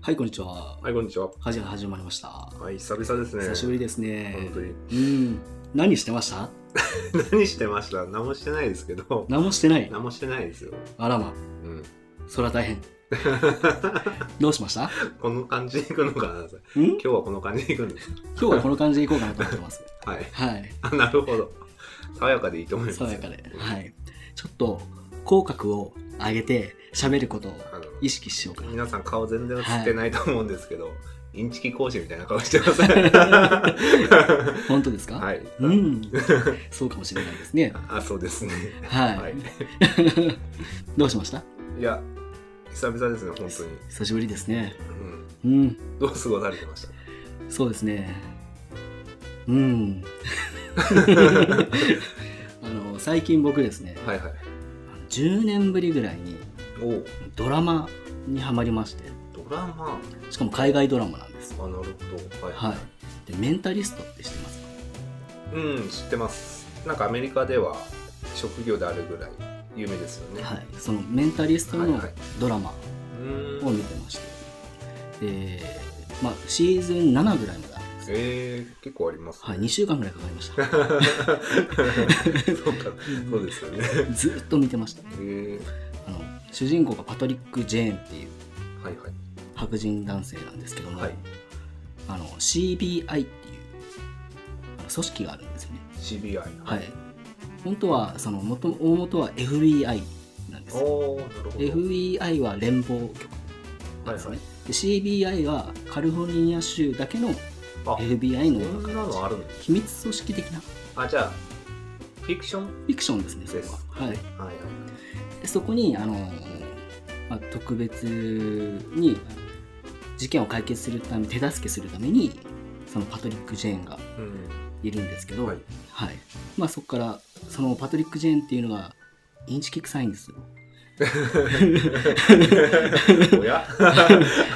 はい、こんにちは。はい、こんにちは。はじ始まりました。はい、久々ですね。久しぶりですね本。当に。うん。何してました 何してました何もしてないですけど。何もしてない。何もしてないですよ。あらま、うん。それは大変。どうしましたんこの感じでいくのかな今今日はこの感じでいくんです。日はこの感じでいこうかなと思ってます。はい。はい。あ、なるほど。爽やかでいいと思います。爽やかで。うんはい。ちょっと、口角を上げて喋ることをあの意識しようかな。皆さん顔全然映ってないと思うんですけど、インチキ講師みたいな顔してませ ん。本当ですかはい。うん。そうかもしれないですね。あ、そうですね。はい。はい。 どうしましたいや、久々ですね、本当に。久しぶりですね。うん。うん。どう過ごされてました そうですね。うん。あの最近僕ですね、はいあはい。の10年ぶりぐらいにおうドラマにハマりまして、ドラマ。しかも海外ドラマなんです。あ、なるほど。はい。はい。で、メンタリストって知ってますうん、知ってます。なんかアメリカでは職業であるぐらい有名ですよね。はい。そのメンタリストはいのはい。ドラマうーを見ん。てまして、で、まあシーズン7ぐらいまであるんですよ。えー、結構あります、はい、2 週間ぐらいかかりました。そうか、そうですよね。ずっと見てました。えー、あの主人公がパトリック・ジェーンっていうはいはい。白人男性なんですけども、はい。あの CBI っていうあの組織があるんですよね CBI。はい。本当はその元大元は FBI なんですよおー、なるほど。 FBI は連邦局なんですね、はいで CBI はカリフォルニア州だけのあ、 FBI のようこなんな形のあるんです秘密組織的なフあ、じゃあ、フィクションィクションですねそでれす。は、はい、はいはい。でそこにあの、まあ、特別に事件を解決するため手助けするためにそのパトリック・ジェーンが うん。いるんですけど、ははいいまあ、そこからそのパトリック・ジェーンっていうのがインチキ臭いんですよおやち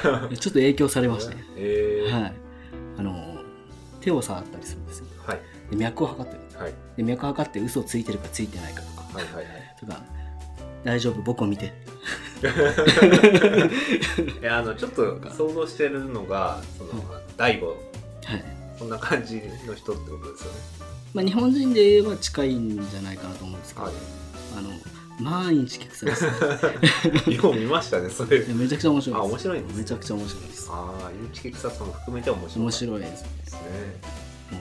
ょっと影響されまして、 えー、はい、あの手を触ったりするんですよはい。で脈を測ってるはい。で脈を測って嘘をついてるかついてないかとかはいはいはい。とか大丈夫僕を見て いやあのちょっと想像してるのがその大悟はいこんな感じの人ってことですよね。まあ、日本人で言えば近いんじゃないかなと思うんですけど、はあのまあインチキ臭いですい。よう見ましたねそれい。やめちゃくちゃ面白いですあ面白いんですねめちゃくちゃ面白いですああインチキ臭さも含めて面白い。面い白いですですも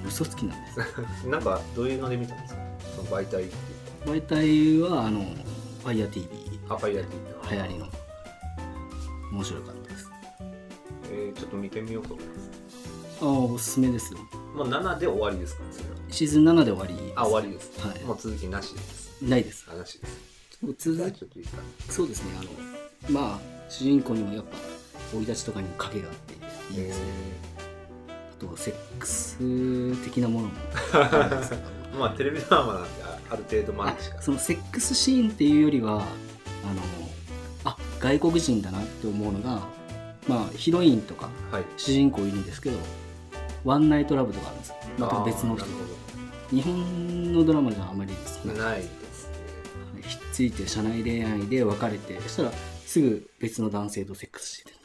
う嘘つきなんです ね。なんかどういうので見たんですか。その媒体っていう媒体はあの FireTV か。アパイアティ流行りの。面白かったですえー、ちょっと見てみようと思います。ああおすすめですよもう7で終わりですかそれは。シーズン7で終わりですあ終わりです。はいもう続きなしです。ないですあなしです。じゃあ続ちょっといいですか。きそうですねあのまあ主人公にもやっぱ生い立ちとかにも影があっていいですね、あとセックス的なものもあるんですけどえー まあテレビドラマなんである程度まあでしか。 そのセックスシーンっていうよりはあのあ外国人だなって思うのがまあヒロインとかはい。主人公いるんですけどワンナイトラブとかあるんですよまた別のあー人なるほど日本のドラマじゃあまりですねないですね。ひっついて社内恋愛で別れてそしたらすぐ別の男性とセックス してる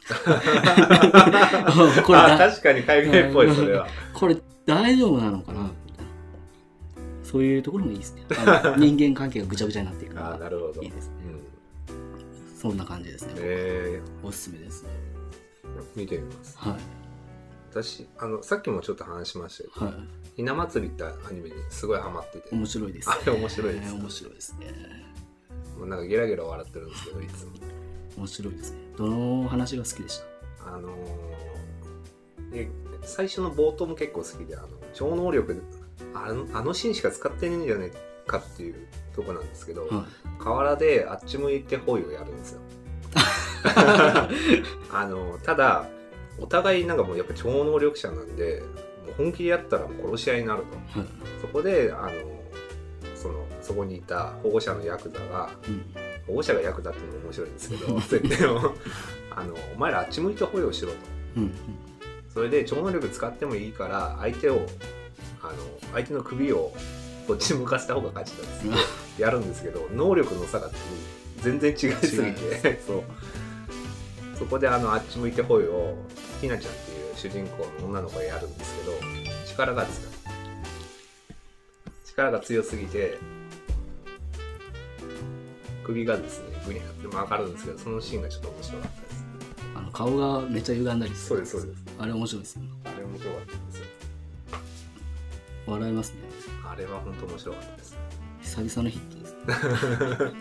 これあだ確かに海外っぽいそれは。これ大丈夫なのかなみたいなそういうところもいいですねあ の人間関係がぐちゃぐちゃになっていくのあーがなるほど。いいですうん、そんな感じですね、えおすすめですねー、見てみます。はい私あのさっきもちょっと話しましたけど、はひな祭りってアニメにすごいハマってて、い面白いです、ね、あれ面白いですね面白いですねもうなんかゲラゲラ笑ってるんですけどいつも。面白いですねどの話が好きでしたあのーで最初の冒頭も結構好きであの超能力あのあのシーンしか使ってねえんじゃねえかっていうとこなんですけど、は河原であっち向いて包囲をやるんですよ。あのただお互いなんかもうやっぱ超能力者なんでもう本気でやったらもう殺し合いになるとい、はいそこであのそのそこにいた保護者のヤクザがうん、保護者がヤクザっていうのも面白いんですけど設定をあのお前らあっち向いて保護しろとうんうんそれで超能力使ってもいいから相手をあの相手の首をこっち向かせた方が勝ちだっつ って やるんですけど能力の差が全然違いすぎ違いてそうそこであのあっち向いてほいをひなちゃんっていう主人公の女の子がやるんですけど力が強い力が強すぎて首がですねぐにゃって曲がるんですけどそのシーンがちょっと面白かったですあの顔がめっちゃ歪んだりするそうですそうですあれ面白いですねあれ面白かったですよ笑いますねあれは本当面白かったです久々のヒットですねなん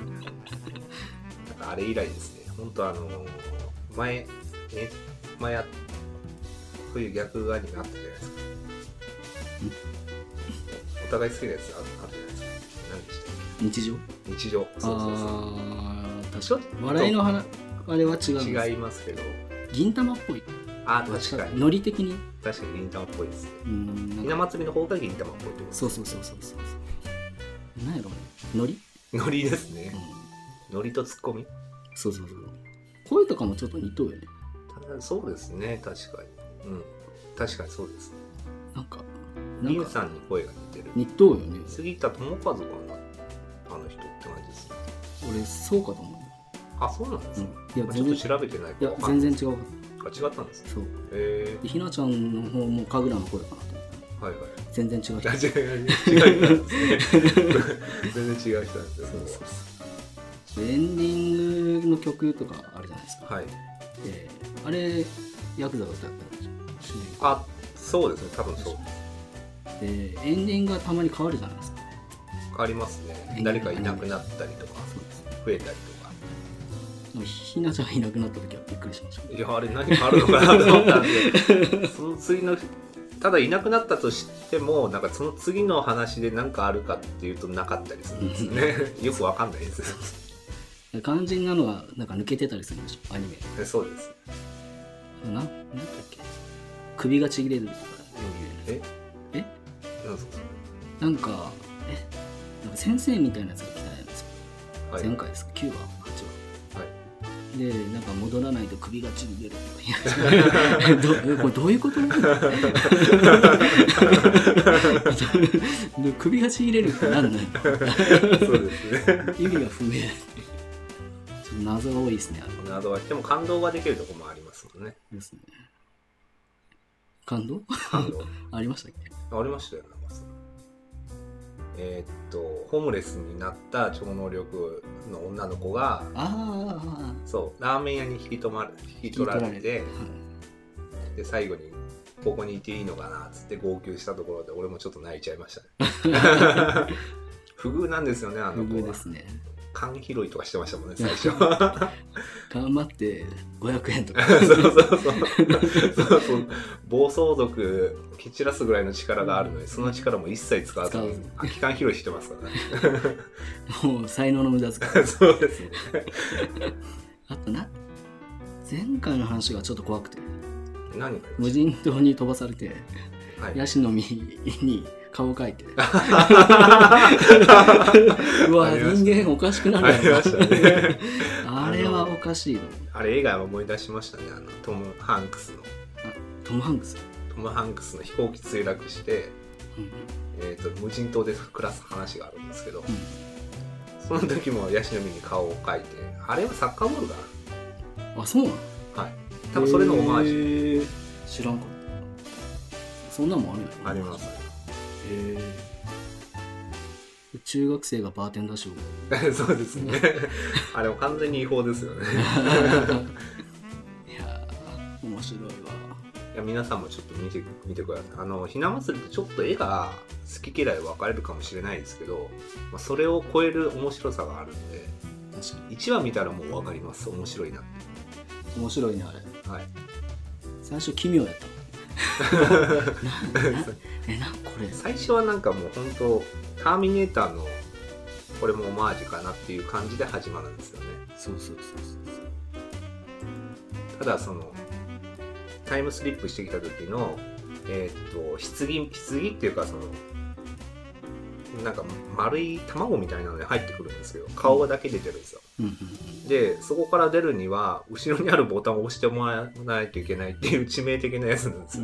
かあれ以来ですね本当あの前ね前やそういう逆アニメあったじゃないですかお互い好きなやつああったじゃないですか何でしたっ日常け日常そうそうそうああちょっ確かとに笑いの話あれは違うんです違いますけど銀玉っぽいあ確かにノリ的に確かに銀玉っぽいですねうんなんかひな祭りの方が銀玉っぽいってことですそうそうそうそうそうそうなんやろねノリ、ノリですうんね、ノリとツッコミそうそうそう声とかもちょっと似とうよねただそうですね確かにうん確かにそうですねなんかなリんンかさんに声が似てる似とうよね杉田智和かなあの人って感じですね俺そうかと思あそうなんですう、うか、ん、いやまあち全ょっと然調べてないいかやわかん全ない然違うかっあ違ったんですたねそうへでひなちゃんの方も神楽の声かなと思ったえはいはい全然違 う人あ違う 違う人なんですね全然違う人なんですねそこエンディングの曲とかあるじゃないですか、ははいであれヤクザが歌ったりしなあそうですね多分そういでエンディングがたまに変わるじゃないですか変わりますね誰かいなくなったりとかそうです増えたりでもひなちゃんがいなくなった時はびっくりしましたとかいやあれ何かあるのかなと思ったんでその次のただいなくなったとしてもなんかその次の話で何かあるかっていうとなかったりするんですね よくわかんないですで肝心なのはなんか抜けてたりするでしょアニメえそうですななんだっけ首がちぎれるとかええなんですかなんかえなんか先生みたいなやつが来たじゃないですか、はい前回ですか9話8話でなんか戻らないと首がちぎれるとか言うどえこれどういう ことで首がちぎれるってなんだよそうですね 意味が不明ちょっと謎が多いですねあれなどはでも感動ができるとこもありますもんねですね感動 感動ありましたっけありましたよなんかそのえーっとホームレスになった超能力の女の子がああそうラーメン屋に引き止まる引き取られてで最後に「ここにいていいのかな」っつって号泣したところで俺もちょっと泣いちゃいました ね不遇なんですよねあの無子謀はですね缶拾いとかしてましたもんね最 初頑張って500円とか そうそうそうそうそう暴走族蹴散らすぐらいの力があるのにその力も一切使わずに使空き缶拾いしてますからねもう才能の無駄遣いそうですねあとな前回の話がちょっと怖くて何無人島に飛ばされてはいヤシの実に顔を描い て うわありました人間おかしくなあるりよましたね あれはおかしいのあれ映画思い出しましたねあのトム・ハンクスのトム・ハンクス、トム・ハンクスの飛行機墜落して、うんえー、と無人島で暮らす話があるんですけどうんその時もヤシの実に顔を描いてあれはサッカーボールかあそうなのなはい多分それのオマージュジュ知らんかったそんなもんあるよねありますへえ中学生がバーテンダー賞 そうですねあれも完全に違法ですよね いやー面白いわいや皆さんもちょっと見て見てくださいあのひな祭りってちょっと絵が好き嫌い分かれるかもしれないですけど、まあ、それを超える面白さがあるんで確か1話見たらもう分かります面白いなってに面白いねあれはい最初奇妙やった もんななえなこれ最初はなんかもう本当ターミネーターのこれもオマージュかなっていう感じで始まるんですよねそうそうそうそうただそのタイムスリップしてきた時のえーっと棺棺っていうかそのなんか丸い卵みたいなのに入ってくるんですけど顔だけ出てるんですよ、うんうんでそこから出るには後ろにあるボタンを押してもらわないといけないっていう致命的なやつなんですよ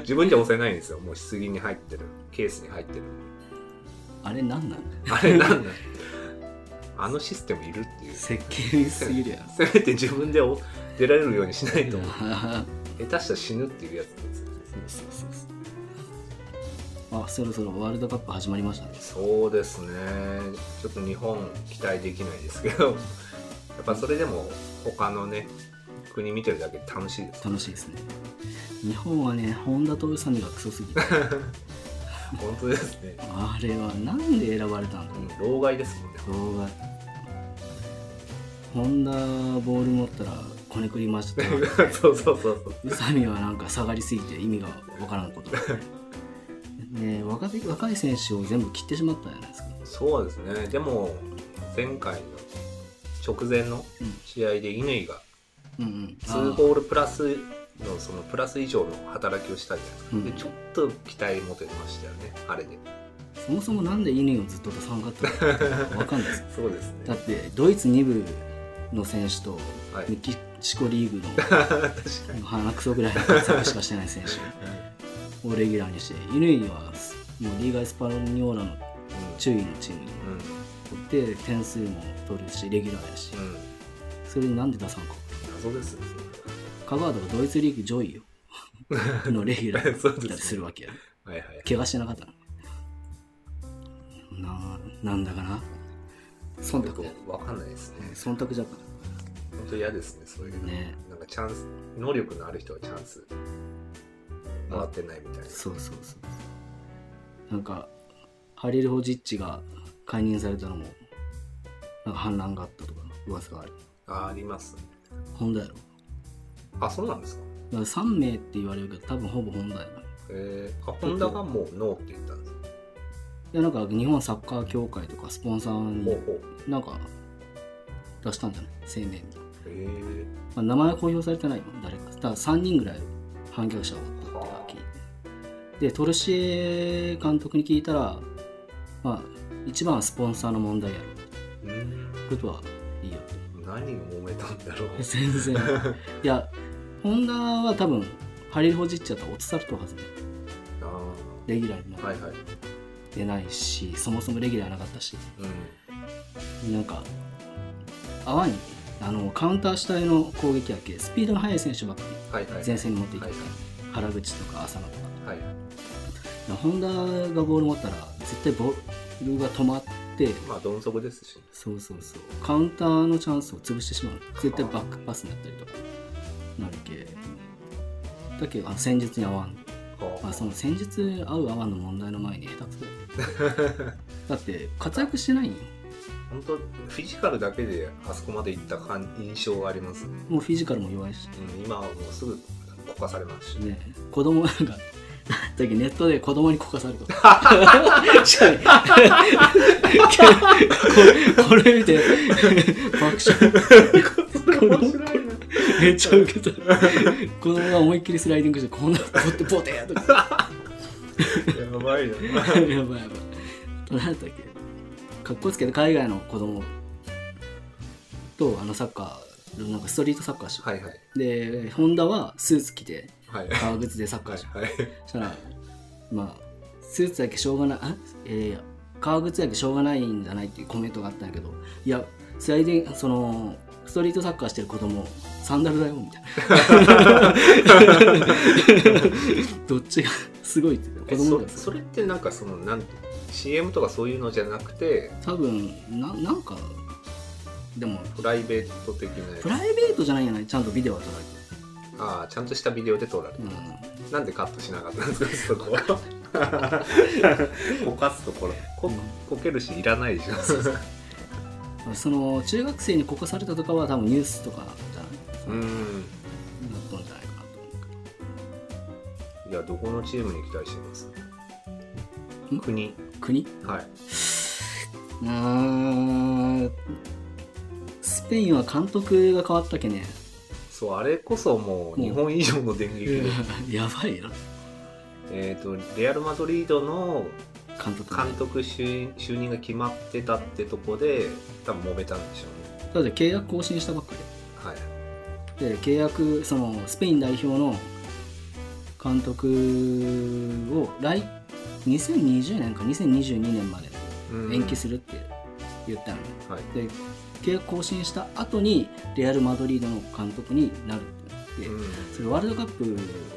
自分じゃ押せないんですよもう棺に入ってるケースに入ってるあれなんなんだあれなんだあのシステムいるっていう設計ミスすぎるやせめて自分でお出られるようにしないとろあ下手したら死ぬっていうやつですーそうそうそうそう あそろそろワールドカップ始まりましたねそうですねちょっと日本期待できないですけど やっぱそれでも他のね国見てるだけで楽しいです楽しいですね日本はね本田徹さんがクソすぎて本当ですね、あれはなんで選ばれたんだうろん、老害ですもんねう動画本田ボール持ったらこねくり回してた そうそうそうそう宇佐美はなんか下がりすぎて意味がわからんことね若手若い選手を全部切ってしまったじゃないですかそうですねでも前回の直前の試合で乾がうんうん2ゴールプラスのそのプラス以上の働きをしたじゃないですか、でちょっと期待持てましたよねあれでそもそもなんでイニングをずっと出さなかったのかわかんないですそうですだねってドイツ2部の選手とはいメキシコリーグの 確かに鼻くそぐらいの活躍しかしてない 選手をレギュラーにして乾はもうリーガ・エスパルニョーラの注意のチームに取って点数も取るしレギュラーやしうんうんうんそれになんで出さんか謎ですねカバードがドイツリーグ上位 よのレギュラーだったりするわけやはいはい怪我してなかったのななんだかな忖よ度だよくわかんないですね忖度じゃった本当嫌ですねそういうのねなんかチャンス能力のある人はチャンスもらってないみたいなそうそうそうなんかハリル・ホジッチが解任されたのもなんか反乱があったとか噂があるああります本田やろあそうなんですかだから3名って言われるけど多分ほぼ本田やなえー、あホンダがもうノーって言ったんですかいやなんか日本サッカー協会とかスポンサーほうにほうなんか出したんじゃない声明みたいなえー、まあ、名前は公表されてないの誰かだから3人ぐらい反逆者がおったっていうのは聞いてでトルシエ監督に聞いたらまあ一番はスポンサーの問題やろうんことはいいよ何を揉めたんだろう全然 いやホンダは多分ハリル・ホジッチだったら落とされたはずねあレギュラーにあもはいはい出ないし、そもそもレギュラーなかったしうなんか泡にあのカウンター主体の攻撃やけスピードの速い選手ばっかりんはいはい前線に持っていっはてい原口とか浅野とかはいはいホンダがボール持ったら絶対ボールが止まってまあ鈍足ですしそうそうそうカウンターのチャンスを潰してしまう絶対バックパスになったりとかなるけだけどあの戦術に合わん、はまあ、その戦術合う合わんの問題の前に下手くそ だって活躍してないんよ本当フィジカルだけであそこまで行った感印象があります、うん、もうフィジカルも弱いし今はもうすぐこかされますし、ね、ね子供なんかだけネットで子供にこか されたしかも ここれ見て爆 笑この白いなめっちゃウケた子供が思いっきりスライディングしてこんなこってボテーとかやばいな やばいやばい何だったっけかっこつけて海外の子供とあのサッカーのなんかストリートサッカーし、はいはいでホンダはスーツ着てはい革靴でサッカはーいし、はいそしたらまあスーツだけしょうがないあ、えー革靴だけしょうがないんじゃないっていうコメントがあったんやけどいやスライディングそのストリートサッカーしてる子供サンダルだよみたいな どっちがすごいって言ってえた子供そがそれってなんかそのなんて CM とかそういうのじゃなくて多分ななんかでもプライベート的なやつプライベートじゃないんじゃないちゃんとビデオは捉ああちゃんとしたビデオで撮られえてた、る、なんでカットしなかったんですか そここかすところここけるしいらないでしょうん、その中学生にこかされたとかは多分ニュースとかじゃないうんだったんじゃないかなと思ういやどこのチームに期待してますん国国はいうーんスペインは監督が変わったけね、そうあれこそもう日本以上の電撃で、 やばいなえっとレアル・マドリードの監督監督就就任が決まってたってとこで多分揉めたんでしょうねだって契約更新したばっかはいりで契約そのスペイン代表の監督を来2020年か2022年までうん延期するって言ったのよはいで契約更新した後にレアル・マドリードの監督になるってなって、うんそれワールドカップ終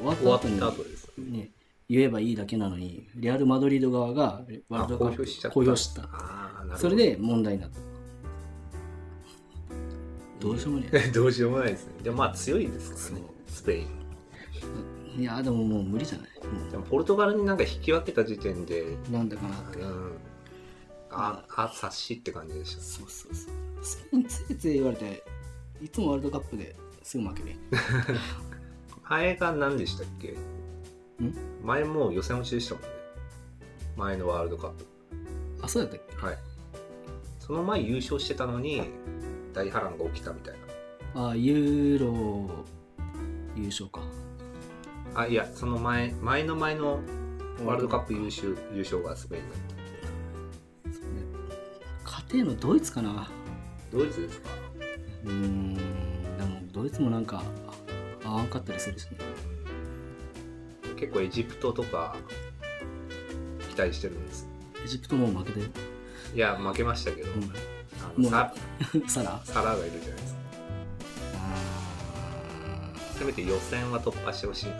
わっ終たわっ後にた後ですね、言えばいいだけなのにレアル・マドリード側がワールドカッあ公表しちゃプった公表したああなるほどそれで問題になったどうしようもね どうしようもないですねでもまあ強いですからねスペインいやでももう無理じゃないでももポルトガルになんか引き分けた時点で、うん、うなんだかなってああ察しって感じでしたそうそうそうスペインついつい言われていつもワールドカップですぐ負けで前が何でしたっけ前もう予選落ちでしたもんね前のワールドカップあそうだったっけはいその前優勝してたのに大波乱が起きたみたいあユーロ優勝かなあいやその前前の前のワールドカップ優勝勝優勝がスペインだった勝てんのドイツかなドイツですかうーんでもドイツもなんかあ合わんかったりするしね結構エジプトとか期待してるんですエジプトも負けてる、いや負けましたけど、うあのサん、 サラサラーがいるじゃないですかせめて予選は突破してほしいな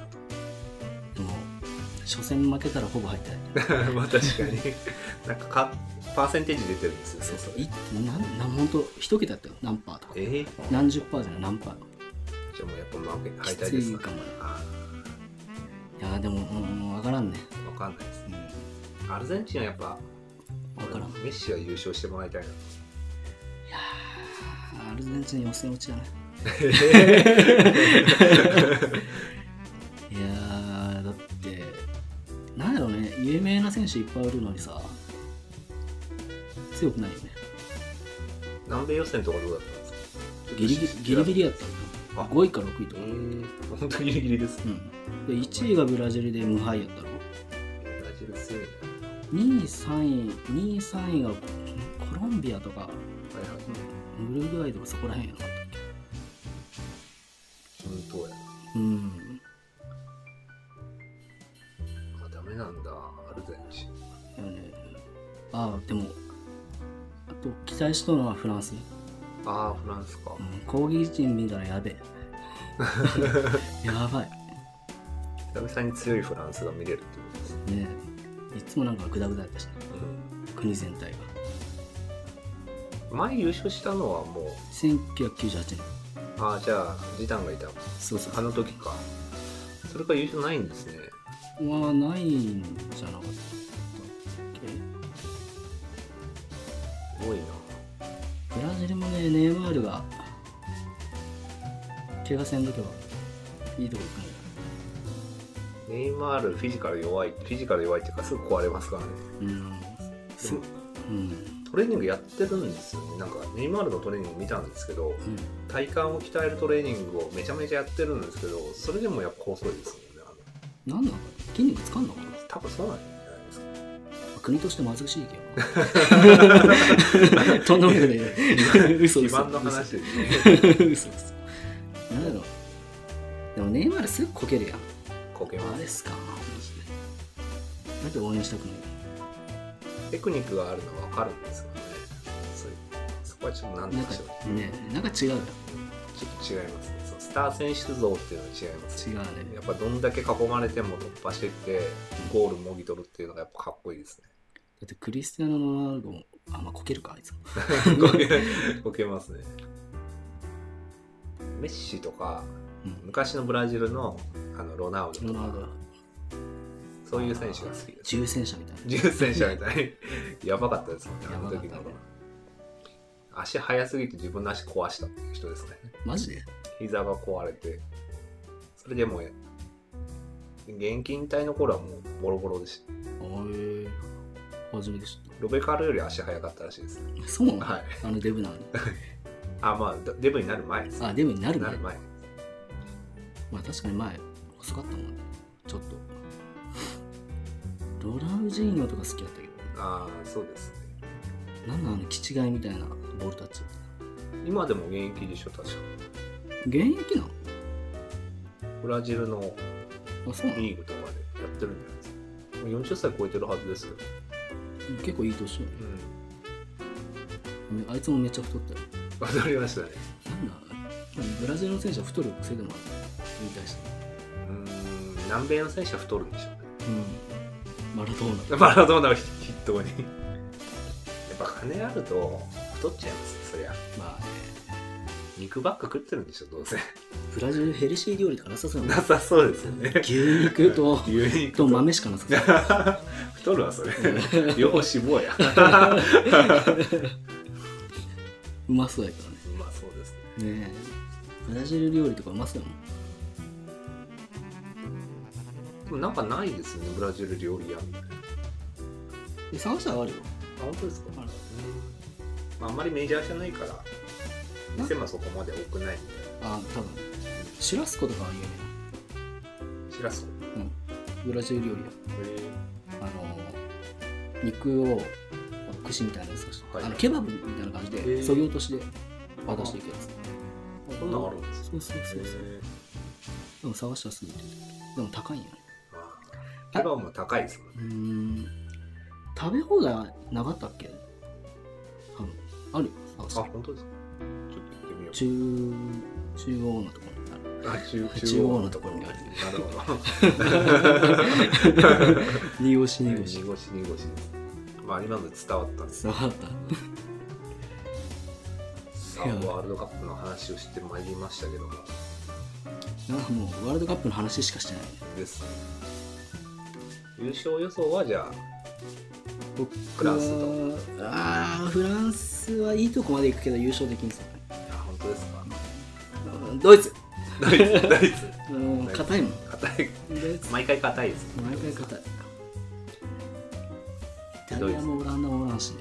とでも初戦負けたらほぼ入ってない まあ確かに なんかかパーセンテージ出てるんですよそうそ ういなんなんほんと一桁だったよ何パーとかえー、何十パーじゃない何パーじゃあもうやっぱ負け敗き退つですいかかもねあいやでも、うん、分からんね、ーわかんないですうん、アルゼンチンはやっぱ分からんいメッシは優勝してもらい たいなやーアルゼンチン予選落ちだねいやーだってなんやろうね有名な選手いっぱいいるのにさ強くないよね南米予選とかどうだったんですかギリギリギリギリやったあの5位か6位とえか、ー、本当ギリギリですねうん、で1位がブラジルで無敗やったろブラジル強いね2位3位2位3位がコロンビアとかはいはいウルグアイとかそこらへんやなかっ本当やたうんあダメなんだアルゼンチンだよねああでもあと期待したのはフランス、ああフランスかうん、攻撃陣見たらやべ えやばい久々に強いフランスが見れるってことですね、ねえいつもなんかグダグダやったしね国全体がうん、前優勝したのはもう1998年ああじゃあジダンがいたそうそうあの時かそれから優勝ないんですねはないんじゃなかったっけすごいなブラジルもねネイマールが怪我せんときはいいとこ行くんだよネイマールフィジカル弱いフィジカル弱いっていうかすぐ壊れますからねうんでそもううんトレーニングやってるんですよねなんかネイマールのトレーニング見たんですけどうん体幹を鍛えるトレーニングをめちゃめちゃやってるんですけどそれでもやっぱ細いですもなんねあんなの筋肉つかんのかなの多分そうなんじゃないですか国として貧しい けどとんでもない 嘘嘘基盤の話ですね嘘嘘嘘なんだろうでもネイマールすぐこけるやんこけあまれっすすかマジでだって応援したくないテクニックがあるのは分かるんですよねそういうそこはちょっと何となんかかしてほしいねなんか違うよちょっと違いますねそうスター選手像っていうのは違います違ねうねやっぱどんだけ囲まれても突破してってゴールもぎ取るっていうのがやっぱかっこい いですねだってクリスティアーノ・ロナウドもあまあこけるかあいつもこけこけますねメッシとかうん昔のブラジルのあのロナウドロとナウドかはそういう選手が好きです重戦車みたい重戦車みたい にやばかったですもんねあの時やばかのったね足速すぎて自分の足壊したっていう人ですねなマジで膝が壊れてそれでもう現金帯の頃はもうボロボロでしたおえ初めて知っロベカルより足早かったらしいですたそうなの、はいあのデブなのにあまあデブになる前ですあデブになるね なる前まあ確かに前細かったもんねちょっとロナウジーニョとか好きだったけどああそうですねなんなんあの気違いみたいなボールタッチ今でも現役でしょ確か現役なのブラジルのあそうなのリーグとかでやってるんじゃないですかもう40歳超えてるはずですけど、結構いい年よねうん、めあいつもめっちゃ太ったよわかりましたねなんだブラジルの選手は太る癖でもある引退してうーん南米の選手は太るんでしょうねう んマラドーナマラドーナを筆頭にやっぱ金あると太っちゃいますねそりゃまあね肉ばっか食ってるんでしょどうせブラジルヘルシー料理とかなさそうななさそうですよね牛肉と牛肉と豆しかなさそう 太るわそれ両方脂 肪やうまそうやかまあそうですねらねねえブラジル料理とかうまそうやもんでもなんかないですねブラジル料理屋みたいなで探したらあるよあ本当ですか、あうるんまあ、あんまりメジャーじゃないから店もそこまで多くないみたいあ多分シュラスコとかは有名なシラスコなブラジル料理やあの肉を串みたいなやつとして、はいあのケバブみたいな感じへでえそぎ落としで渡していくやつこんなんあるんですそうそうそうそうへえでも探したらすぐ出てくるでも高いんよねまあケバブも高いですもんねうーん食べ放題はなかったっけ多分あるよ探しあたら本当ですかちょっと行ってみよう中中央のところにあるあ中中央のところにあるなるほど。 煮干し煮濁干しし濁し濁し。まあ今ので伝わったんです。分かっさあワールドカップの話をしてまいりましたけどもたなんかもうワールドカップの話しかしてないねです。優勝予想はじゃあ僕はフランスとあーフランスはいいとこまで行くけど優勝できんすよねあ本当ですか。うんドイツドイツドイツうん硬いもん硬いドイツ毎回硬いです。毎回硬いイタリアもオランダもおらんしね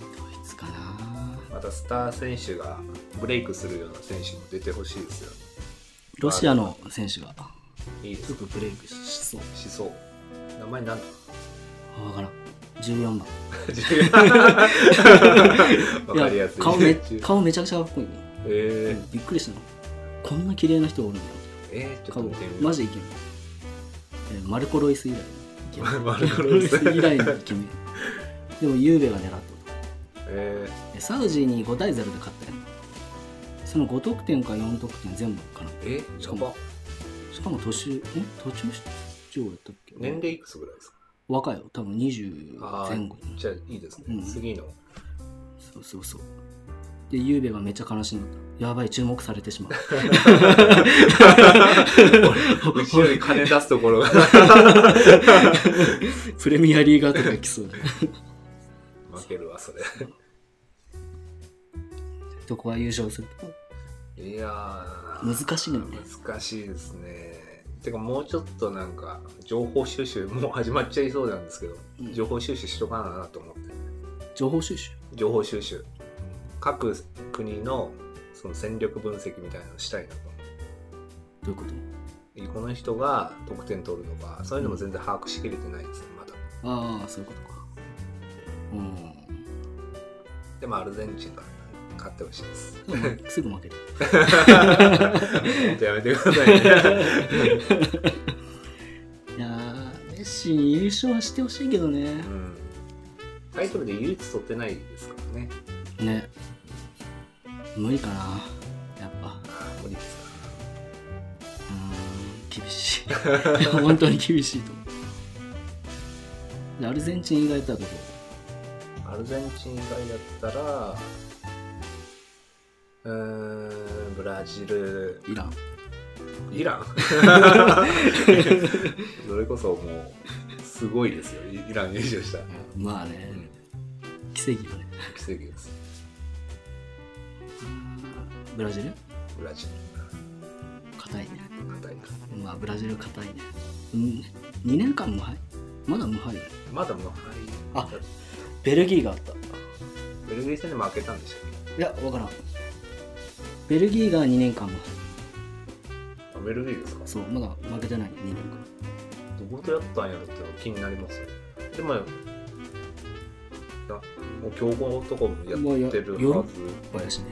ドイツかなまたスター選手がブレイクするような選手も出てほしいですよね。ロシアの選手がいいですよくね。ブレイクしそうしそう。名前 なんだ。あ分からん14番わかりやすい。や顔め顔めちゃくちゃかっこいいねえー、びっくりしたのこんな綺麗な人おるんだえー、ちょっと顔見てみようマジでイケメンえーマルコ・ロイス以来のイケメンマルコロイス以来のイケメンでもゆうべが狙ってたええサウジに5対0で勝ったよその5得点か4得点全部かなー、えしやかもばしかも途中え途中出場やったっけ年齢いくつぐらいですか若いよ多分20あ前後ーじゃあいいですね、うん次のそうそうそうでゆうべがめっちゃ悲しんだやばい注目されてしまう後ろに金出すところがプレミアリーガーとか来そうだ負けるわそれどこが優勝するとかいやー難しいのよね難しいですねてかもうちょっとなんか情報収集もう始まっちゃいそうなんですけど、うん情報収集しとかななと思って情報収集情報収集各国のその戦力分析みたいなのしたいなと思ってどういうことこの人が得点取るのかそういうのも全然把握しきれてないですねまだああそういうことか うんでもアルゼンチンが勝ってほしいです。でもすぐ負けるほんとやめてくださいね。いやーメッシに優勝はしてほしいけどねうんタイトルで唯一取ってないですからね。ね無理かなやっぱうあー無理ですか。ーん厳し い本当に厳しいと思うでアルゼンチン以外だとどこアルゼンチン以外だったら、うーん、ブラジル、イランイランそれこそもう、すごいですよ。イイラン優勝したら。まあね、うん奇跡よね奇跡です。ブラジルブラジ硬いねル、硬いな。まあブラジル硬いね、うん、2年間無敗まだ無敗よねまだ無敗。あベルギーがあったベルギー戦で負けたんでしたっけいやわからんベルギーが2年間無敗あベルギーですかそうまだ負けてない2年間どことやったんやろってのが気になりますよねでもなもう強豪とかもやってるもうやはぱやしね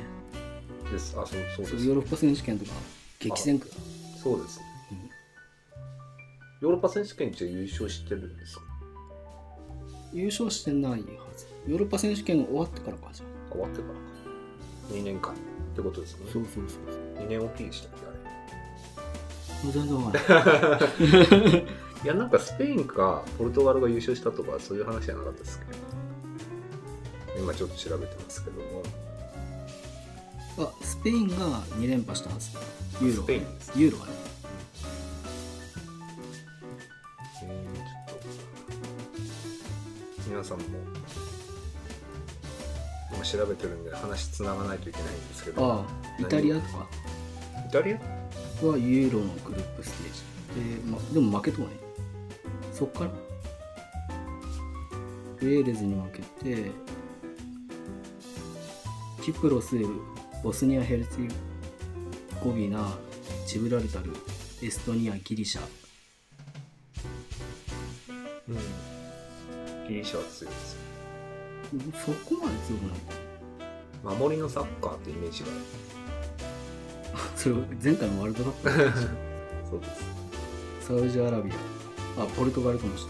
ずですあそうそうそでうヨーロすッパ選手権とか激戦区そうです、うんヨーロッパ選手権って優勝してるんですか優勝してないはずヨーロッパ選手権が終わってからかじゃ終わってからか2年間ってことですねうそうそう2年大きいでしたっけあれそう全然わかんない いやなんかスペインかポルトガルが優勝したとかそういう話じゃなかったですけど今ちょっと調べてますけどもあスペインが2連覇したはずユーロスペインですユーロはねえーちょっと皆さんも今調べてるんで話つながないといけないんですけどああイタリアとかイタリアはユーロのグループステージで、ま、でも負けとはねそっからウェールズに負けてキプロスボスニア・ヘルツェゴビナジブラルタルエストニアギリシャうんギリシャは強いですそこまで強くない 守りのサッカーってイメージがあるそれ前回のワールドカップ そうですサウジアラビアあポルトガルともし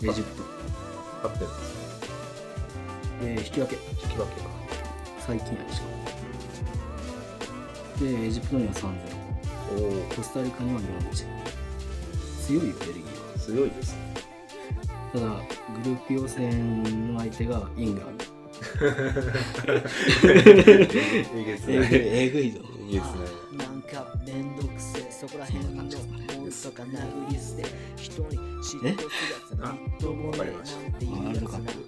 あたエジプ合ってるんですねトで引き分け引き分けか最近やでしょでエジプトには3-0おおコスタリカには4-1強いよベルギー強いです ねはただグループ予選の相手がイングランドいいですえぐいえぐいぞいいですねなんかめんどくせえそこら辺のもんとか殴り捨て一人嫉妬するやつなんともねえなんていうワーやルつドカなッんプて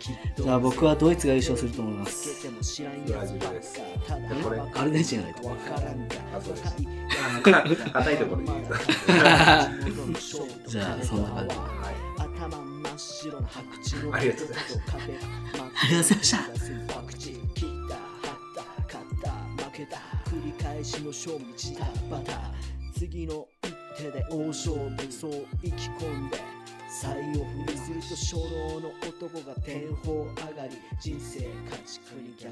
きっとじゃあ僕はドイツが優勝すると思いますブこれアルゼンチンやないとわからんかあそうです若い硬いところに入れたじゃあそんな感じ頭真っ白な白痴のありがとうございます壁真っありがとうございました白パクチー切った張った勝った負けた繰り返しの勝負したバタ次の一手で大勝負そう意気込んで才を振りすると初老の男が天保上がり人生家畜に逆